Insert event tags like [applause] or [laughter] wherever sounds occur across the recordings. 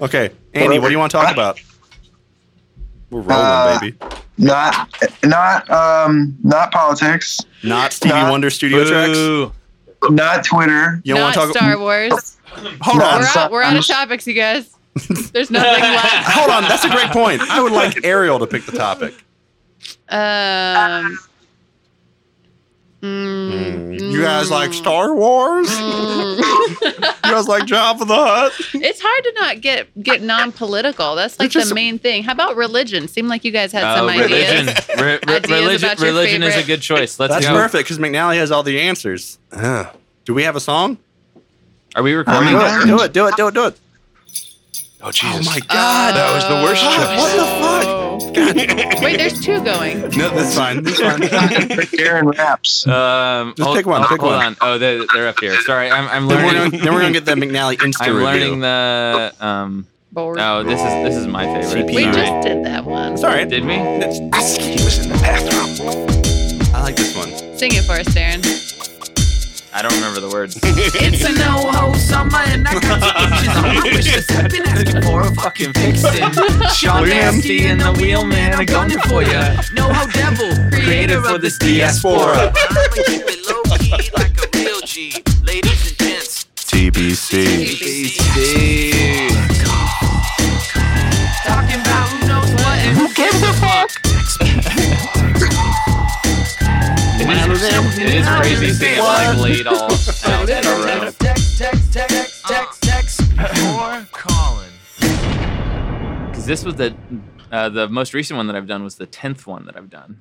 Okay, Andy, what do you want to talk about? We're rolling, Uh, baby. Not, not, um, not politics. Not Stevie not- Wonder studio tracks. Boo. [laughs] Not Twitter. You don't Not want to talk. Star Wars. Hold Not We're on, Star- out, we're out of topics, you guys. There's [laughs] nothing [laughs] left. hold on. That's a great point. I would like Ariel to pick the topic. Um, mm, You guys like mm, Star Wars? mm. You guys like Jabba the Hutt? [laughs] it's hard to not get get non-political. That's like It's just- the main thing. How about religion? Seemed like you guys had Oh, some [laughs] religion. ideas. Re- re- Ideas religion about your religion is a favorite- good choice. Let's That's go. perfect because McNally has all the answers. Ugh. do we have a song? Are we recording? I'm Do not- it, do it, do it, do it, do it. Oh Jesus! Oh my God. that was the worst God, choice. Oh, what the fuck? [laughs] Wait, there's two going. No, That's that's fine. That's [laughs] fine. Darren raps. Um, Just hold, pick one, oh, pick hold one. on. Oh, they're, they're up here. Sorry, I'm, I'm then, we're gonna, learning. then we're gonna get the McNally Insta I'm review. learning the. Um, Bored. no, this is this is my favorite. CP. we Sorry. just did that one. It's all right. Did we? he was in the bathroom. I like this one. Sing it for us, [laughs] Darren. I don't remember the words. It's a no ho summer, and I got two inches on my wish list. I've been asking for a fucking fixin'. Sean William. Nasty and the Wheelman are gunning for ya. No ho devil, creator for this diaspora. I'ma keep it low key like a real G. Ladies and gents, TBC. BBC. talking about who knows what and who gives a fuck. It is, it is crazy seeing it like laid all out in a row. Text, text, text, text, text, or calling. Because this was the uh, the most recent one that I've done was the tenth one that I've done.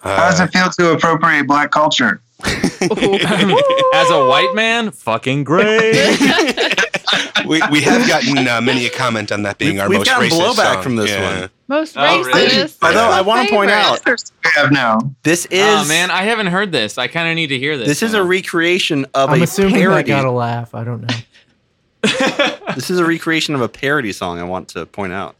How does Uh, it feel to appropriate black culture? [laughs] As a white man, fucking great. Uh, we, we have gotten uh, many a comment on that being We've- our we've most gotten racist blowback song. from this Yeah. one. Most Oh, racist. really? That's Although my I want to point favorite. out We have now. this is oh man, I haven't heard this. I kind of need to hear this. this is a now. recreation of I'm a assuming I parody. got a laugh. I [laughs] don't know. This is a recreation of a parody song. I want to point out.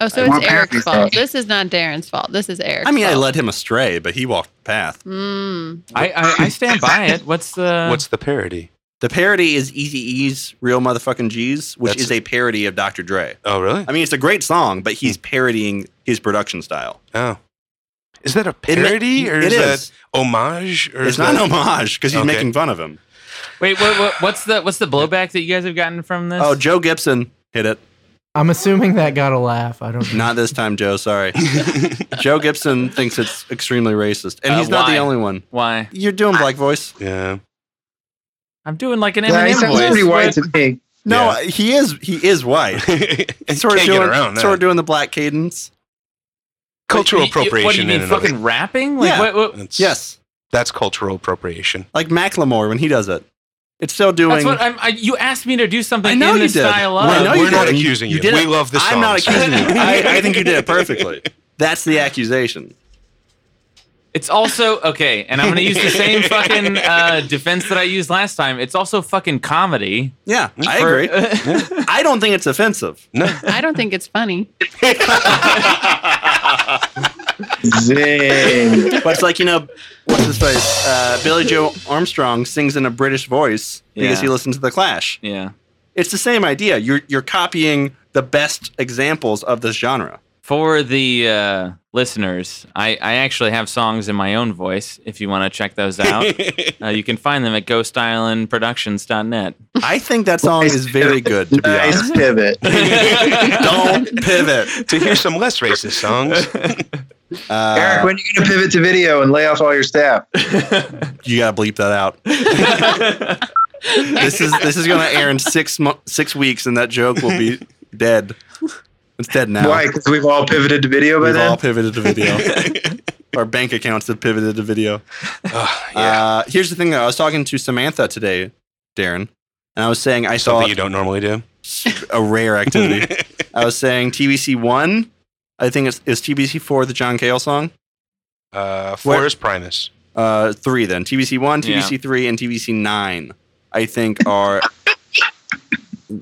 Oh, so We're it's Eric's parents, fault. though. This is not Darren's fault. This is Eric's. I mean, I fault. led him astray, but he walked the path. Mm. I, I I stand by it. [laughs] What's the What's the parody? The parody is Easy E's "Real Motherfucking G's," which That's- is a parody of Dr. Dre. Oh, really? I mean, it's a great song, but he's Hmm. parodying his production style. Oh, is that a It ma- parody or it is, is. that homage? Or It's is not that- an homage because he's Okay. making fun of him. wait? What, what what's the what's the blowback that you guys have gotten from this? Oh, Joe Gibson hit it. I'm assuming that got a laugh. I don't know. Not this time, Joe. Sorry. [laughs] Joe Gibson thinks it's extremely racist, and Uh, he's not why? the only one. why? You're doing black voice. Yeah. [laughs] I'm doing like an Yeah, he Eminem sounds voice. pretty white What- to me. No, he is. He is [laughs] white. Sort of Can't doing. get around that. Sort of doing the black cadence. cultural what- you- appropriation. What do you in mean, and of fucking rapping? Like Yeah. what? what it. That's- Yes, that's cultural appropriation. like Macklemore when he does it. It's still that's doing. what I'm. I, you asked me to do something I know in you the did. style Well, I of. know We're you not did. accusing you. You did we it. love this song. I'm not accusing [laughs] [laughs] you. I, I think you did it perfectly. That's the accusation. It's also okay, and I'm gonna use the [laughs] same fucking uh, defense that I used last time. It's also fucking comedy. Yeah, I For- agree. [laughs] I don't think it's offensive. I don't think it's funny. Zing. [laughs] But it's like, you know, what's his face? Uh, Billy Joe Armstrong sings in a British voice because Yeah. he listened to The Clash. [laughs] yeah. It's the same idea. You're, you're copying the best examples of this genre. For the uh, listeners, I, I actually have songs in my own voice. If you want to check those out, uh, you can find them at ghostislandproductions.net. I think that song is very good, to be honest. [laughs] Nice pivot. Don't pivot. to hear some less [laughs] racist songs. Eric, Uh, when are you going to pivot to video and lay off all your staff? you gotta bleep that out. this is this is gonna air in six mo- six weeks, and that joke will be dead. It's dead now. Why? Because we've all pivoted to video by We've then. all pivoted to video. Our bank accounts have pivoted to video. Ugh, yeah. Uh, here's the thing, though. I was talking to Samantha today, Darren, and I was saying I Something you saw don't [laughs] normally do. Uh, a rare activity. I was saying TBC one. I think it's is TBC four the John Cale song. Uh, four is Primus. Uh, three then TBC one, Yeah. TBC three, and TBC nine. I think are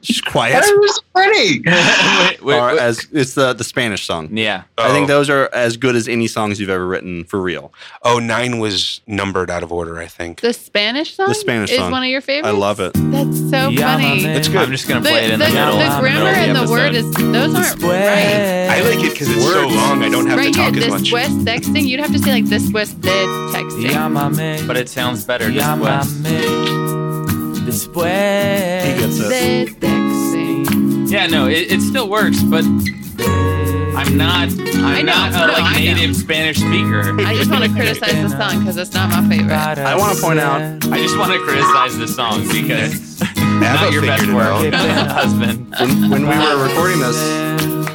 Just quiet. That was funny. Wait, wait, Or wait. as it's the the Spanish song. yeah. I think Oh. those are as good as any songs you've ever written for real. Oh, nine was numbered out of order, I think. The Spanish song. The Spanish is song. one of your I favorites. love it. That's so funny. It's good. I'm just gonna The, play it in the, the- middle. the in middle grammar of the and the word episode. is those aren't right. I like it because it's so Words. long. I don't have right to here, talk as this much. West texting. You'd have to say like this West did texting. but it sounds better this way. He gets it. This texting. Yeah, no, it, it still works, but I'm not. I I'm know, not a no, like I know. native Spanish speaker. I just want to criticize the song because it's not my favorite. I want to point out I just want to criticize the song because not ABBA your best [laughs] figured it work, out. husband. when, when we were recording this,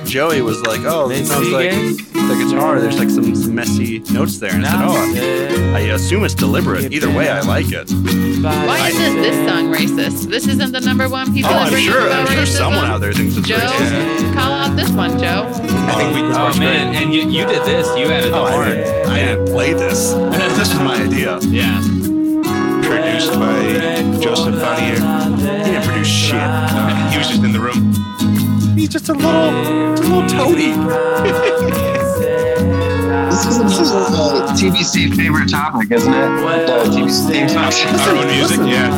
Joey was like, "Oh, it sounds like the guitar. There's like some, some messy notes there." And I said, "Oh, I assume it's deliberate. Either way, I like it." Why isn't this song racist? This isn't the number one piece Oh, of I'm information sure. about I'm sure racism. someone out there thinks it's Joe, racist. call out this one, Joe. I think we Oh man, and you, you did this. You added the Oh, I horn. didn't, I didn't play this. This was my idea. Yeah. produced by Joseph Bonnier. He didn't produce shit. He was just in the room. He's just a little, just a little toady. This is, this is uh, TBC favorite topic, isn't it? Uh, TBC theme [laughs] song. Our own music, yeah.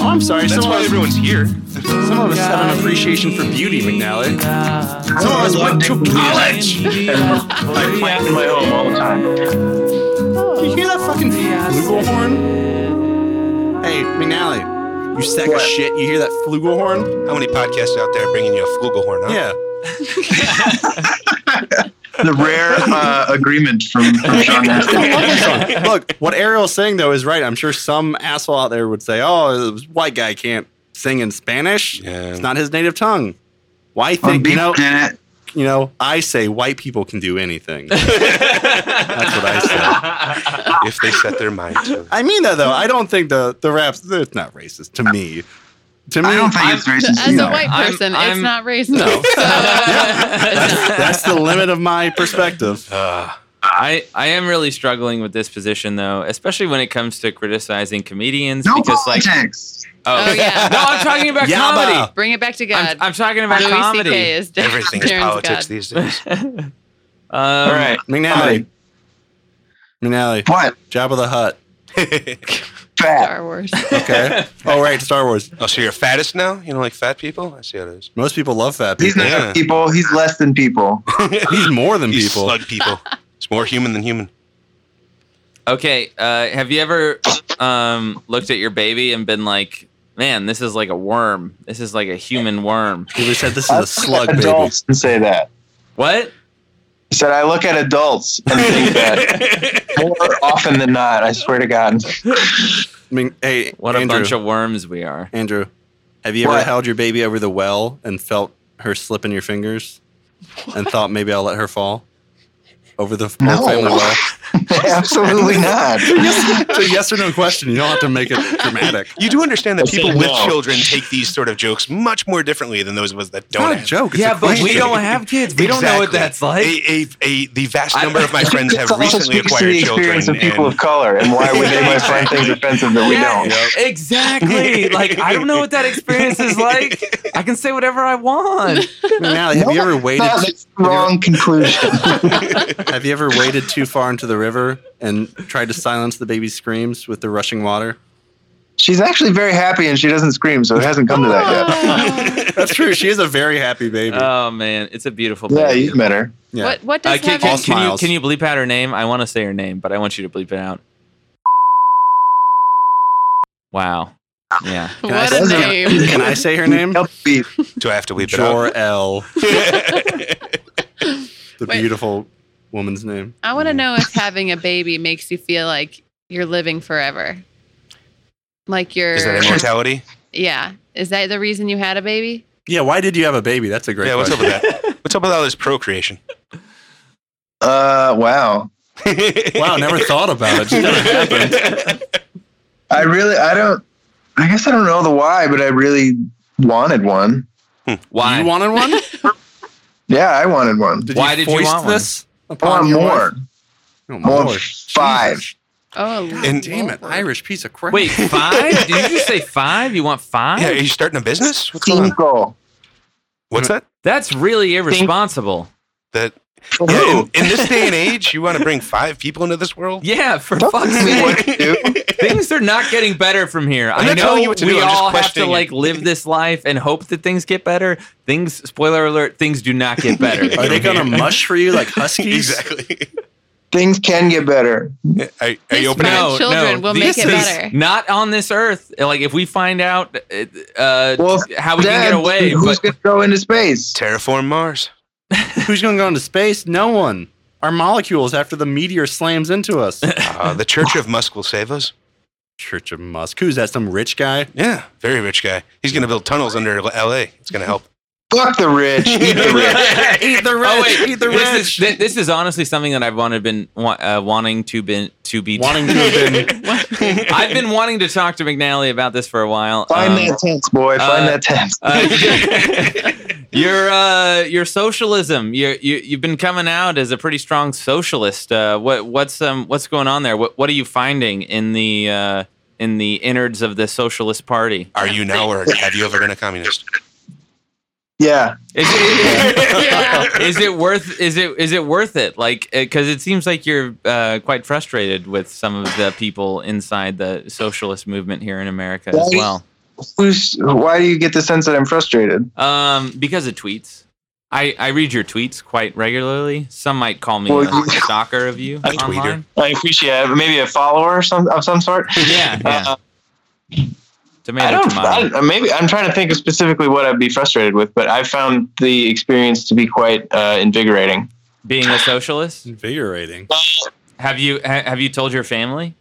Oh, I'm sorry. That's some why of us, everyone's here. some of us have an appreciation for beauty, McNally. Some of us went to college. I play it in [laughs] my home all the time. You hear that fucking flugelhorn? Hey, McNally, you sack of What? shit. You hear that flugelhorn? How many podcasts out there bringing you a flugelhorn? Huh? Yeah. The rare uh, agreement from, from [laughs] Sean Astin. Look, what Ariel's saying though is right. I'm sure some asshole out there would say, "Oh, this white guy can't sing in Spanish. Yeah. It's not his native tongue." Why I'm think you beeping know? in it. You know, I say white people can do anything. That's what I say. If they set their mind to it. [laughs] I mean that though. I don't think the the raps. It's not racist to me. To me, I don't think it's racist As either. a white I'm- person, it's I'm- not racist. [laughs] oh, No. I, that's the limit of my perspective. [laughs] Uh, I am really struggling with this position though, especially when it comes to criticizing comedians no because like politics. [laughs] oh, Oh, yeah. no, I'm talking about Yabba. comedy. Bring it back to God. I'm, I'm talking about Louis comedy. C.K. is dead. everything is Darren's politics God. these days. [laughs] Um, All right. McNally, McNally, What? Jabba the Hutt. Fat. Star Wars. Okay. oh right, Star Wars. oh, so you're fattest now? You know, like fat people? I see how it [laughs] is. Most people love fat He's people. not Yeah. people. He's less than [laughs] people. He's more than These people. slug [laughs] people. It's more human than human. Okay. Uh, have you ever um, looked at your baby and been like, man, this is like a worm. This is like a human worm. He just said this is a slug baby. adults and say that. What? He said, I look at adults and think that [laughs] more often than not. I swear to God. [laughs] I mean, hey, What Andrew, a bunch of worms we are. Andrew, have you ever What? held your baby over the well and felt her slip in your fingers and thought maybe I'll let her fall over the No. whole family well? Absolutely [laughs] not. It's a yes or no question. You don't have to make it dramatic. You do understand that people saying with no. children take these sort of jokes much more differently than those of us that It's don't. not a have. Oh, joke. It's a question. have kids. Exactly. A, a, a, the vast number of my friends [laughs] It's have also recently speaks to acquired the children. experience of people and- of color and why would they might find things offensive that we don't. [laughs] exactly. Like I don't know what that experience is like. I can say whatever [laughs] I want. [laughs] Now, have you ever waited? No, that's the wrong conclusion. [laughs] Have you ever waded too far into the river and tried to silence the baby's screams with the rushing [laughs] water? She's actually very happy and she doesn't scream, so it hasn't come to that [laughs] Oh. That's true. She is a very happy baby. Oh, man. It's a beautiful yet. Yeah, baby. you've met her. yeah. What what Uh, does heaven? can, can, All can you, smiles. can you bleep out her name? I want to say her name, but I want you to bleep it out. Wow. Yeah. Can I what say- a can- [laughs] name. Can I say her name? Help me. [laughs] Do I have to weep it out? Jor El, [laughs] the Wait. beautiful woman's name. I want to know if having a baby makes you feel like you're living forever. Like you're Is that immortality? Yeah. Is that the reason you had a baby? Yeah, why did you have a baby? That's a great yeah, what's up question. with that? What's up with all this procreation? Uh, wow. Wow, never thought about it. Just [laughs] never happened. I really, I don't, I guess I don't know the why, but I really wanted one. Why? You wanted one? Yeah, I wanted one. Did Why you did you foist want one? this? I upon want your more. wife? Oh, I want Lord. five. Oh, And- Damn it, Irish piece of crap. Wait, five? Did you just [laughs] say five? You want five? Yeah, are you starting a business? What's going on? Cinco. Mm-hmm. What's that? That's really irresponsible. That yeah, in, in this day and age, you want to bring five people into this world? Yeah, for fuck's sake. Things are not getting better from here. i not know telling you what to we do, I'm just all have to questioning it. like live this life and hope that things get better. Things, spoiler alert, things do not get [laughs] better. Are they gonna mush for you like huskies? exactly. Things can get better. Are, are This you opening? man- up? no, children no, will this make it is better. Not on this earth. Like if we find out uh, Well, how we can Dad, get away, Who's but going to go into space? Terraform Mars. Who's gonna go into space? No one. Our molecules after the meteor slams into [laughs] us. Uh, the Church of Musk will save us. Church of Musk. Who's that? Some rich [laughs] guy? Yeah, very rich guy. He's going to build tunnels under L- L.A. It's going to help. Fuck the rich. Eat the [laughs] rich. eat the rich. Oh, wait. eat the this rich. is thi- this is honestly something that I've wanted been wa- uh, wanting to been to be Wanting to have been [laughs] I've been wanting to talk to McNally about this for a while. Find Um, that tense, boy. Find uh, that tense. uh, [laughs] your uh, your socialism. You you you've been coming out as a pretty strong socialist. Uh, what what's um what's going on there? What what are you finding in the uh, in the innards of the socialist party? Are you now or have you ever been a communist? yeah. Is it, [laughs] yeah. is it worth is it is it worth it? Like because it seems like you're uh, quite frustrated with some of the people inside the socialist movement here in America as Right. well. Who's, why do you get the sense that I'm frustrated? Um, because of tweets. I, I read your tweets quite regularly. Some might call me Well, a you- stalker of you tweeter. online. I appreciate it. Maybe a follower or some, of some sort. Yeah, yeah. Uh, I tomato, don't. I tomato. don't- maybe I'm trying to think of specifically what I'd be frustrated with, but I found the experience to be quite uh, invigorating. Being a socialist, Invigorating. have you ha- have you told your family?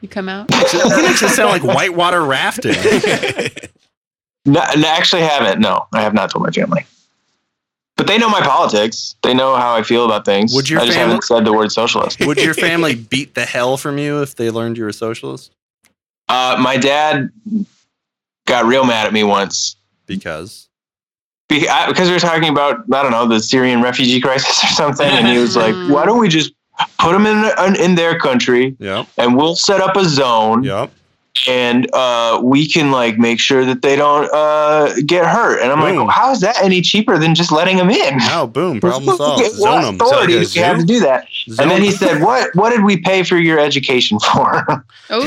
you come out. that makes it sound like whitewater [laughs] rafting. No, no, actually, haven't. No, I have not told my family. But they know my politics. They know how I feel about things. Would your I just family- haven't said the word socialist. Would your family beat the hell from you if they learned you were a socialist? Uh, my dad got real mad at me once Because Be- I- because we were talking about I don't know the Syrian refugee [laughs] crisis or something, and he was [laughs] like, "Why don't we just put them in uh, in their country, yep, and we'll set up a zone." yep. and uh, we can like make sure that they don't uh, get hurt. And I'm Boom. like, how is that any cheaper than just letting them in? Now, boom, Mm. [laughs] problem What solved. Zone 'em. authority do you have to do that? Zone And then he 'em. said, "What? What did we pay for your education [laughs] [laughs] for?" Oh,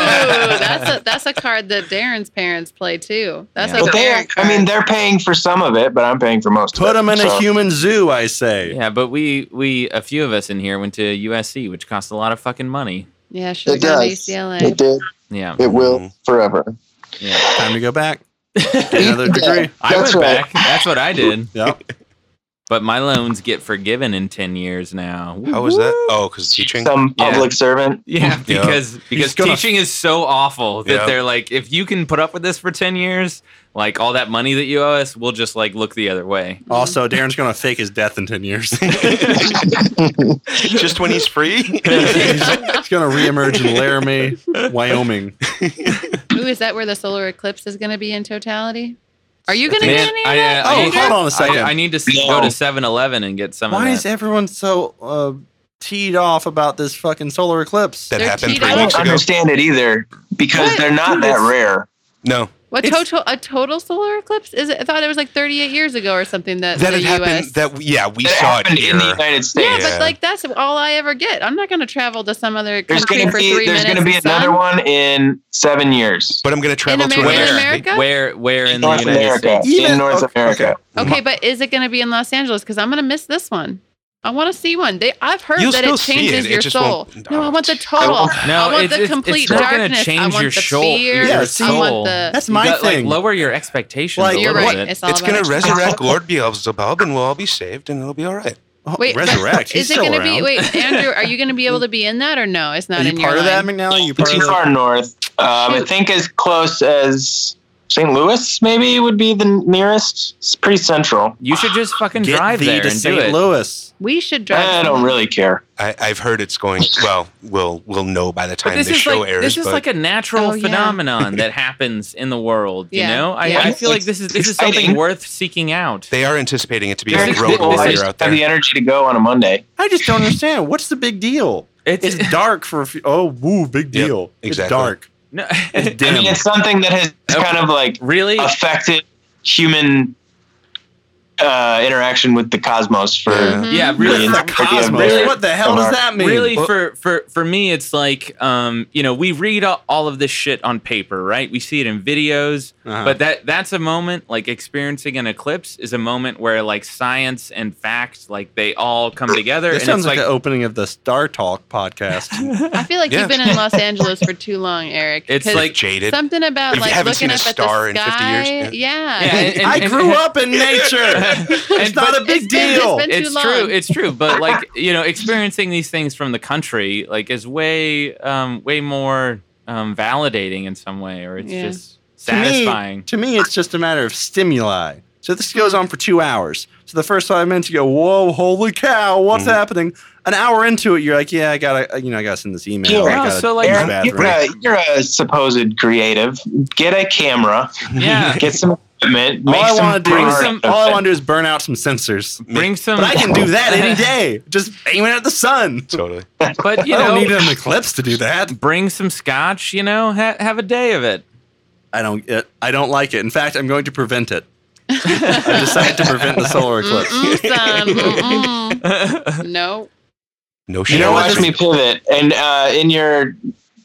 that's a that's a card that Darren's parents play too. That's Yeah. like but a they're, parent I mean, card. they're paying for some of it, but I'm paying for most. Put of them it. in a So- human zoo, I say. Yeah, but we we a few of us in here went to USC, which cost a lot of fucking money. yeah, should have gone to UCLA. It did. Yeah, It will will forever. yeah. Time to go [laughs] back. Get another degree. I That's went right. back. That's what I did. Yep. But my loans get forgiven in ten years now. How was that? Oh, because teaching. Some Yeah. public servant. [laughs] Yeah, Yeah. because because He's gonna- teaching is so awful that Yeah. they're like, if you can put up with this for ten years, like all that money that you owe us, we'll just like look the other way. Also, Darren's gonna fake his death in ten [laughs] years. Just when he's free. He's gonna reemerge in Laramie, Wyoming. Ooh, is that where the solar eclipse is going to be in totality? Are you going to get Man, any of I, that? uh, Oh, I, hold on a second. I, I need to s go to 7-Eleven and get some. Why of is everyone so uh, teed off about this fucking solar eclipse? That They're happened cheating. three I weeks don't ago. understand it either because What? they're not that rare. No, What It's- total a total solar eclipse? Is it? I thought it was like 38 years ago or something that, that the had happened. U.S. That yeah, we It saw it happened here. in the United States. yeah, Yeah. but like that's all I ever get. I'm not going to travel to some other There's country gonna for be three there's minutes. gonna be and sun. another one in seven years. But I'm going to travel In to America- another. where, in America? where where in the North United America. States? Even- in North okay, America. Okay, but is it going to be in Los Angeles? Because I'm going to miss this one. I want to see one. They, I've heard You'll that still it see changes it, it your just soul. won't- No, I want the total. No, I want it's- the it's- complete it's not gonna darkness. I change want your the soul. fear. Yeah, I see, want the. That's my You got, thing. Like, lower your expectations. Like, a You're little right. bit. It's all It's about going to expectations. resurrect Lord Beelzebub, and we'll all be saved, and it'll be all right. Oh, Wait, but [laughs] resurrect. He's Is it still going to around. be? Wait, Andrew, are you going to be able to be in that or no? It's not Are you in your part of that, line. McNally? Oh, You part Too of the- far north. Um, I Shoot. think as close as St. Louis maybe would be the nearest. It's pretty central. You should just fucking Get drive thee there to and do St. it. Louis. We should drive. I don't somewhere. really care. I, I've heard it's going well. We'll we'll know by the But time this this is show like airs. this is but like a natural Oh, yeah. phenomenon that happens in the world. You Yeah. know, I, Yeah. I feel like this is this is something Exciting. worth seeking out. they are anticipating it to be This a is- road this I warrior just out have the there. energy to go on a Monday. [laughs] I just don't understand. What's the big deal? It's, It's dark for a few, oh woo big Yep, deal. It's exactly. dark. no, [laughs] I mean, Damn. it's something that has kind of like really. affected human uh, interaction with the cosmos for Yeah. Mm-hmm. Yeah, really. Really, the cosmos. Really? What the hell does that mean? Really, Well- for, for for me, it's like um, you know we read all, all of this shit on paper, right? We see it in videos, Uh-huh. but that that's a moment like experiencing an eclipse is a moment where like science and fact like they all come together. This and sounds it's like, like the opening of the Star Talk [laughs] podcast. I feel like Yeah. you've been in Los Angeles for too long, Eric. It's 'cause like- Jaded. something about If you like haven't looking seen a up star at in the 50 sky. years, [laughs] yeah, Yeah, and- I grew up in nature. It's [laughs] and- not but- a big [laughs] It's been- it's deal. been- too it's true long. it's [laughs] true but like you know experiencing these things from the country like is way um way more um validating in some way or it's Yeah. just To me- satisfying To me, it's just a matter of stimuli. So this goes on for two hours. So the first five minutes, you go, "Whoa, holy cow, what's Mhm. happening?" An hour into it, you're like, "Yeah, I gotta, you know, I gotta send this email." Yeah. or I No, gotta so, like, do Aaron, that, you're, right? a, you're a supposed creative. Get a camera. yeah Get some equipment. all [laughs] make I some want to do, art is, some- all I of [laughs] want to do is burn out some sensors. bring some But I can do that any day. Just aiming at the sun. Totally. but you I don't know need an eclipse to do that. bring some scotch you know ha- have a day of it I don't. It, I don't like it. In fact, I'm going to prevent it. I [laughs] decided to prevent the solar eclipse. Mm-mm, Mm-hmm, son. Mm-hmm. Mm-mm. no. No it. shit. You know, watch Watch me pivot. And uh, in your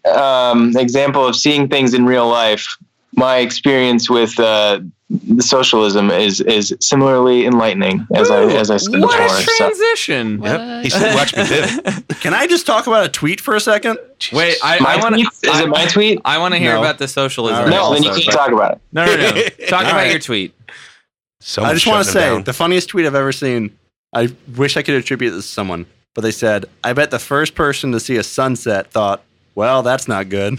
um, example of seeing things in real life, my experience with uh, the socialism is is similarly enlightening, as I as I said what before. a So- transition Yep. He What? said, watch me [laughs] pivot. Can I just talk about a tweet for a second? wait i, my I want tweet? Is it my tweet? I want to hear No. about the socialism. All right, no, then you also, can't but- talk about it. [laughs] no, no, [laughs] no. All Talk about right. your tweet. I Someone's just want to shutting him say down. the funniest tweet I've ever seen. I wish I could attribute this to someone, but they said, "I bet the first person to see a sunset thought." Well, that's not [laughs] good.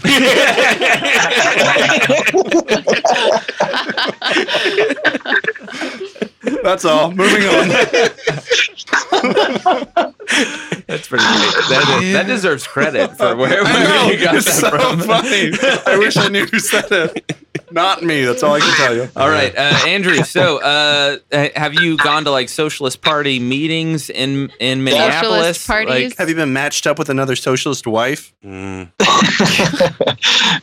that's all. Moving on. That's pretty great. That, that deserves [laughs] credit [laughs] for where, I where know, you got that it's so from. funny. I wish I knew who said it. Not me. That's all I can tell you. [laughs] All right, [laughs] uh, Andrew. So, uh, uh, have you gone to like socialist party meetings in in Minneapolis? parties? Have you been matched up with another socialist wife? Mm.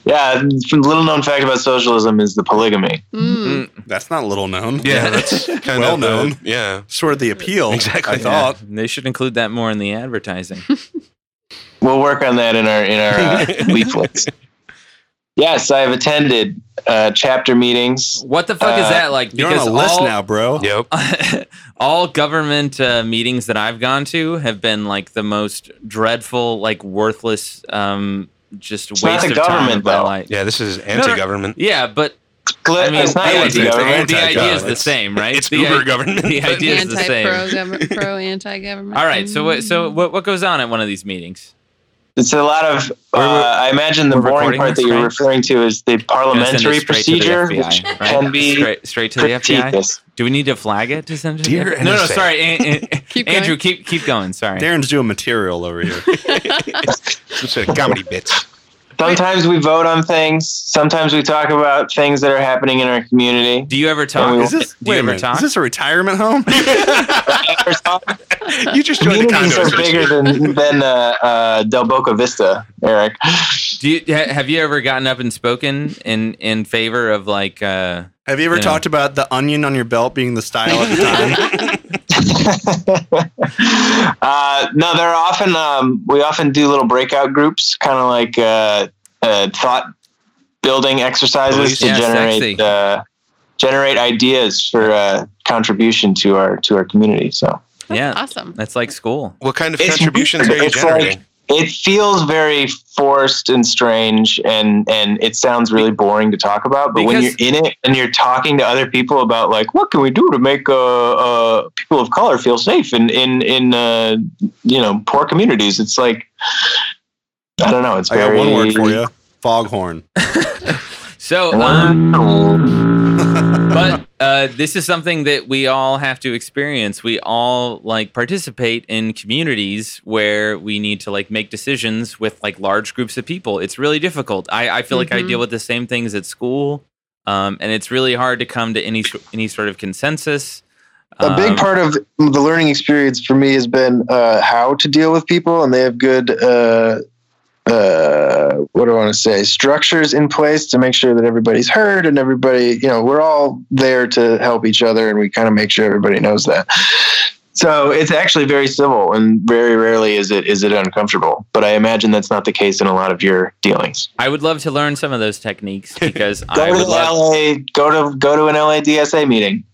yeah, little known fact about socialism is the polygamy. Mm. That's not little known. Yeah, [laughs] that's kind Well of the- known. yeah. Sort of the [laughs] appeal. Exactly. I thought. Like, they should include that more in [laughs] the advertising. We'll work on that in our in [laughs] our uh, leaflets. Yes, I have attended uh, chapter meetings. What the fuck is Uh, that like? You're on a list now, bro. Yep. [laughs] all government uh, meetings that I've gone to have been like the most dreadful, like worthless, um, just It's not waste the of time government, of my though. life. Yeah, this is anti-government. Yeah, but Gl- I mean, it's not the, it's anti idea, anti-government. the idea is the It's- same, right? It's the uber i- government. The but- [laughs] idea is the Anti-pro same. government, pro anti-government. All right, so what, so Mm. what, what goes on at one of these meetings? It's a lot of. Uh, We're- we're- I imagine the we're boring recording part this, that you're right? referring to is the Gonna send parliamentary it straight procedure, to the which FBI, right? can be straight, straight to the FBI. critiqued. Do we need to flag it to send it? to the Dear FBI? no, no, NSA. sorry, An- An- [laughs] Mm-hmm. Keep going. Andrew, keep keep going. Sorry. Darren's doing material over here. Some sort of comedy bits. Sometimes we vote on things. Sometimes we talk about things that are happening in our community. do you ever talk? we- Is this, do you wait a ever minute, talk? Is this a retirement home? [laughs] You just joined the Communities condo are bigger association. than than uh, uh, Del Boca Vista, Eric. Do you, ha- have you ever gotten up and spoken in in favor of like? Uh, Have you ever Yeah. talked about the onion on your belt being the style [laughs] at the time? [laughs] uh, no, they're often um, we often do little breakout groups, kind of like uh, uh, thought building exercises to Yeah, generate sexy. uh, generate ideas for uh, contribution to our to our community. So yeah, Oh, Awesome. that's like school. What kind of It's contributions weird. are you It's generating? it feels very forced and strange, and and it sounds really boring to talk about. But when you're Because- in it and you're talking to other people about like what can we do to make uh, uh, people of color feel safe in in in uh, you know poor communities, it's like. I don't know. It's I got very. one word for you. Foghorn. So, um, Um, but uh, this is something that we all have to experience. We all like participate in communities where we need to like make decisions with like large groups of people. It's really difficult. I, I feel like I Mhm. deal with the same things at school, um, and it's really hard to come to any s- any sort of consensus. a big Um, part of the learning experience for me has been uh, how to deal with people, and they have good uh, uh, what do I want to say structures in place to make sure that everybody's heard and everybody, you know, we're all there to help each other, and we kind of make sure everybody knows that. So it's actually very civil, and very rarely is it is it uncomfortable. But I imagine that's not the case in a lot of your dealings. I would love to learn some of those techniques [laughs] because Go I to would the love, LA, go to go to an LADSA meeting.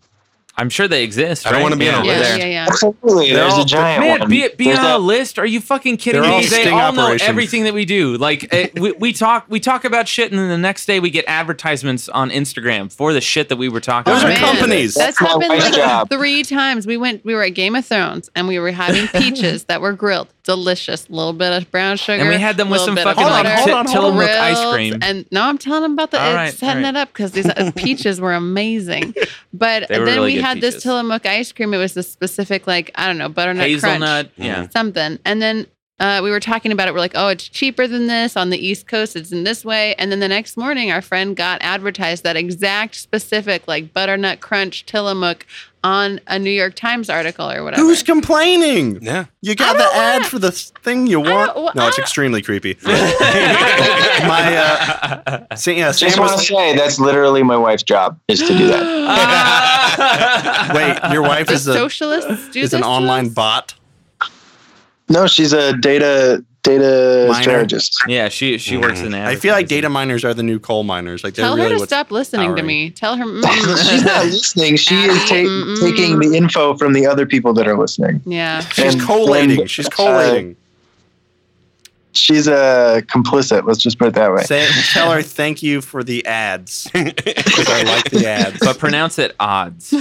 I'm sure they exist. I don't right? wanna be Yeah, on a we're Yeah, there. yeah, yeah. Absolutely, They're there's all- a giant Man, one. be, be There's on that- a list? Are you fucking kidding They're me? all They sting all know operations. everything that we do. Like eh, we, we talk, we talk about shit, and then the next day we get advertisements on Instagram for the shit that we were talking Those about. are Man, companies. That's, That's my happened wife's like job. three times. We went. We were at Game of Thrones, and we were having peaches that were grilled, delicious. little bit of brown sugar, and we had them with little bit some fucking of like butter, t- Tillamook ice grilled, cream. And no, I'm telling them about the All it's right, setting all right. it up because [laughs] these uh, peaches were amazing. But They were then really we good had peaches. this Tillamook ice cream. It was this specific like I don't know butternut crunch, Hazelnut, yeah. something, and then. Uh, we were talking about it. We're like, oh, it's cheaper than this on the East Coast. It's in this way. And then the next morning, our friend got advertised that exact specific, like butternut crunch Tillamook on a New York Times article or whatever. Who's complaining? Yeah. You got I the don't ad wanna- for the thing you want. don't- well, no, I it's don't- extremely creepy. [laughs] my uh, Sam, yeah, Just Sam want to was, say that's literally my wife's job is to do that. wait, [laughs] your wife The is a socialists do is an this to online us? bot. [gasps] No, she's a data data Minor. strategist. yeah, she she works in. I feel like data miners are the new coal miners. Like they're Tell really her to what's stop listening to powering. me. Tell her. [laughs] [laughs] She's not listening. She is ta- Mm-mm. taking the info from the other people that are listening. yeah. She's And- collating. and, She's uh, collating. she's uh, complicit. Let's just put it that way. Say, tell her thank you for the ads. 'Cause I like the ads. But pronounce it [laughs] odds.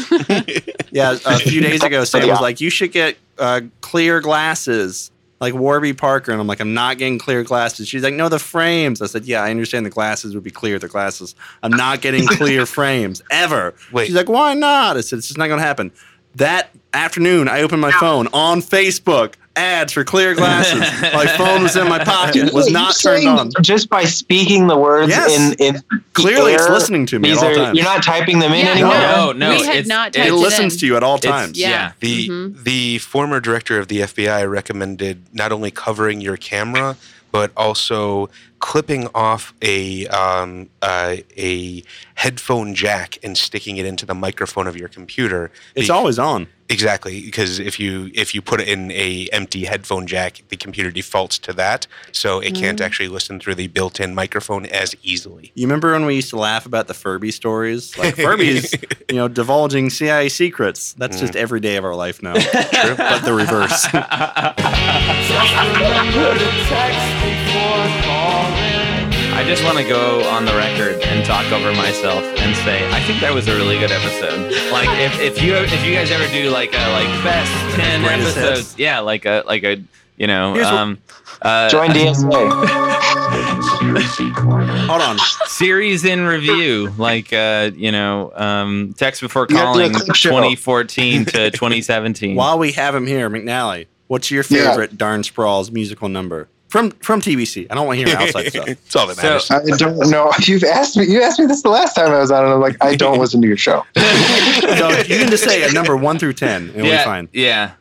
Yeah, a few days ago, Sam Yeah. was like, "You should get uh, clear glasses, like Warby Parker." And I'm like, "I'm not getting clear glasses." She's like, "No, the frames." I said, "Yeah, I understand the glasses would be clear. The glasses. I'm not getting clear frames ever." Wait. She's like, "Why not?" I said, "It's just not gonna happen." That afternoon, I opened my phone on Facebook. Ads for clear glasses. My phone was in my pocket. Was You're not turned saying on. Just by speaking the words Yes. in, in Clearly, it's air, listening to me at These all are times. you're not typing them in Yeah, anymore. No, Oh, no, We had it's- not it typed it listens in. to you at all It's- times. Yeah. yeah. The Mhm. the former director of the FBI recommended not only covering your camera but also clipping off a um, uh, a headphone jack and sticking it into the microphone of your computer. It's Be- always on. exactly because if you if you put it in a empty headphone jack, the computer defaults to that, so it can't actually listen through the built-in microphone as easily. You remember when we used to laugh about the Furby stories? Like [laughs] Furby's, you know, divulging CIA secrets. That's just every day of our life now. Mm. [laughs] True. But the [laughs] reverse. I just want to go on the record and talk over myself and say I think that was a really good episode. Like if, if you if you guys ever do like a like best ten Greatest hits. episodes, yeah, like a like a you know Here's what- um uh, Join DSA. Hold on. [laughs] series in review, like uh you know um text before You have to do a calling clip show. 2014 to 2017. While we have him here, McNally, what's your Yeah. favorite Darn Sprawl's musical number? From from TBC. I don't want to hear outside stuff. [laughs] [laughs] it's all that So- [laughs] matters. I don't know. You've asked me. You asked me this the last time I was on, and I'm like, I don't listen to your show. So you [laughs] can just say a number one through ten and we'll be yeah, fine. yeah.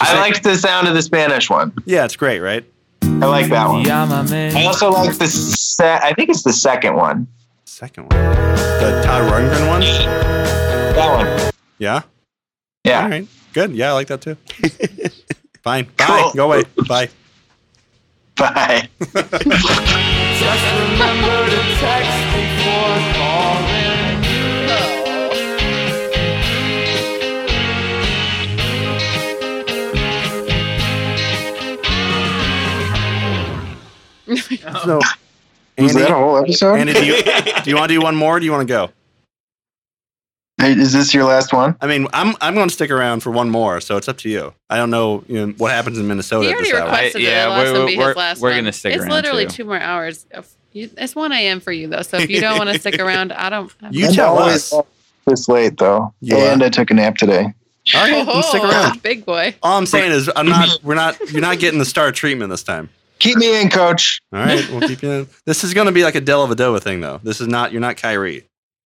I liked the sound of the Spanish one. Yeah, it's great, right? I like that one. Yeah, my man. I also like the. Se- I think it's the second one. Second one. The Todd Rundgren one? That one. Yeah. All Yeah. right. Good. Yeah, I like [laughs] that too. fine. Bye. Cool. Go away. Bye. Bye. So Was that a whole episode? Andy, do you, do you want to do one more? Or do you want to go? Hey, Is this your last one? I mean, I'm I'm going to stick around for one more, so it's up to you. I don't know, you know what happens in Minnesota He at already this hour. requested I- yeah, that the last we're- one be we're- his last we're one. gonna stick It's around, literally too. two more hours. of- you- It's 1 a.m. for you, though. So if you don't want [laughs] to stick around, I don't. I don't You I'm tell always us. up This late though, You and I took a nap today. All right, [laughs] then stick around. Big boy. All I'm saying is, I'm not. We're not. You're not getting the star treatment this time. Keep me in, Coach. All right, we'll keep you. in. This is going to be like a Dellavedova thing, though. This is not. You're not Kyrie.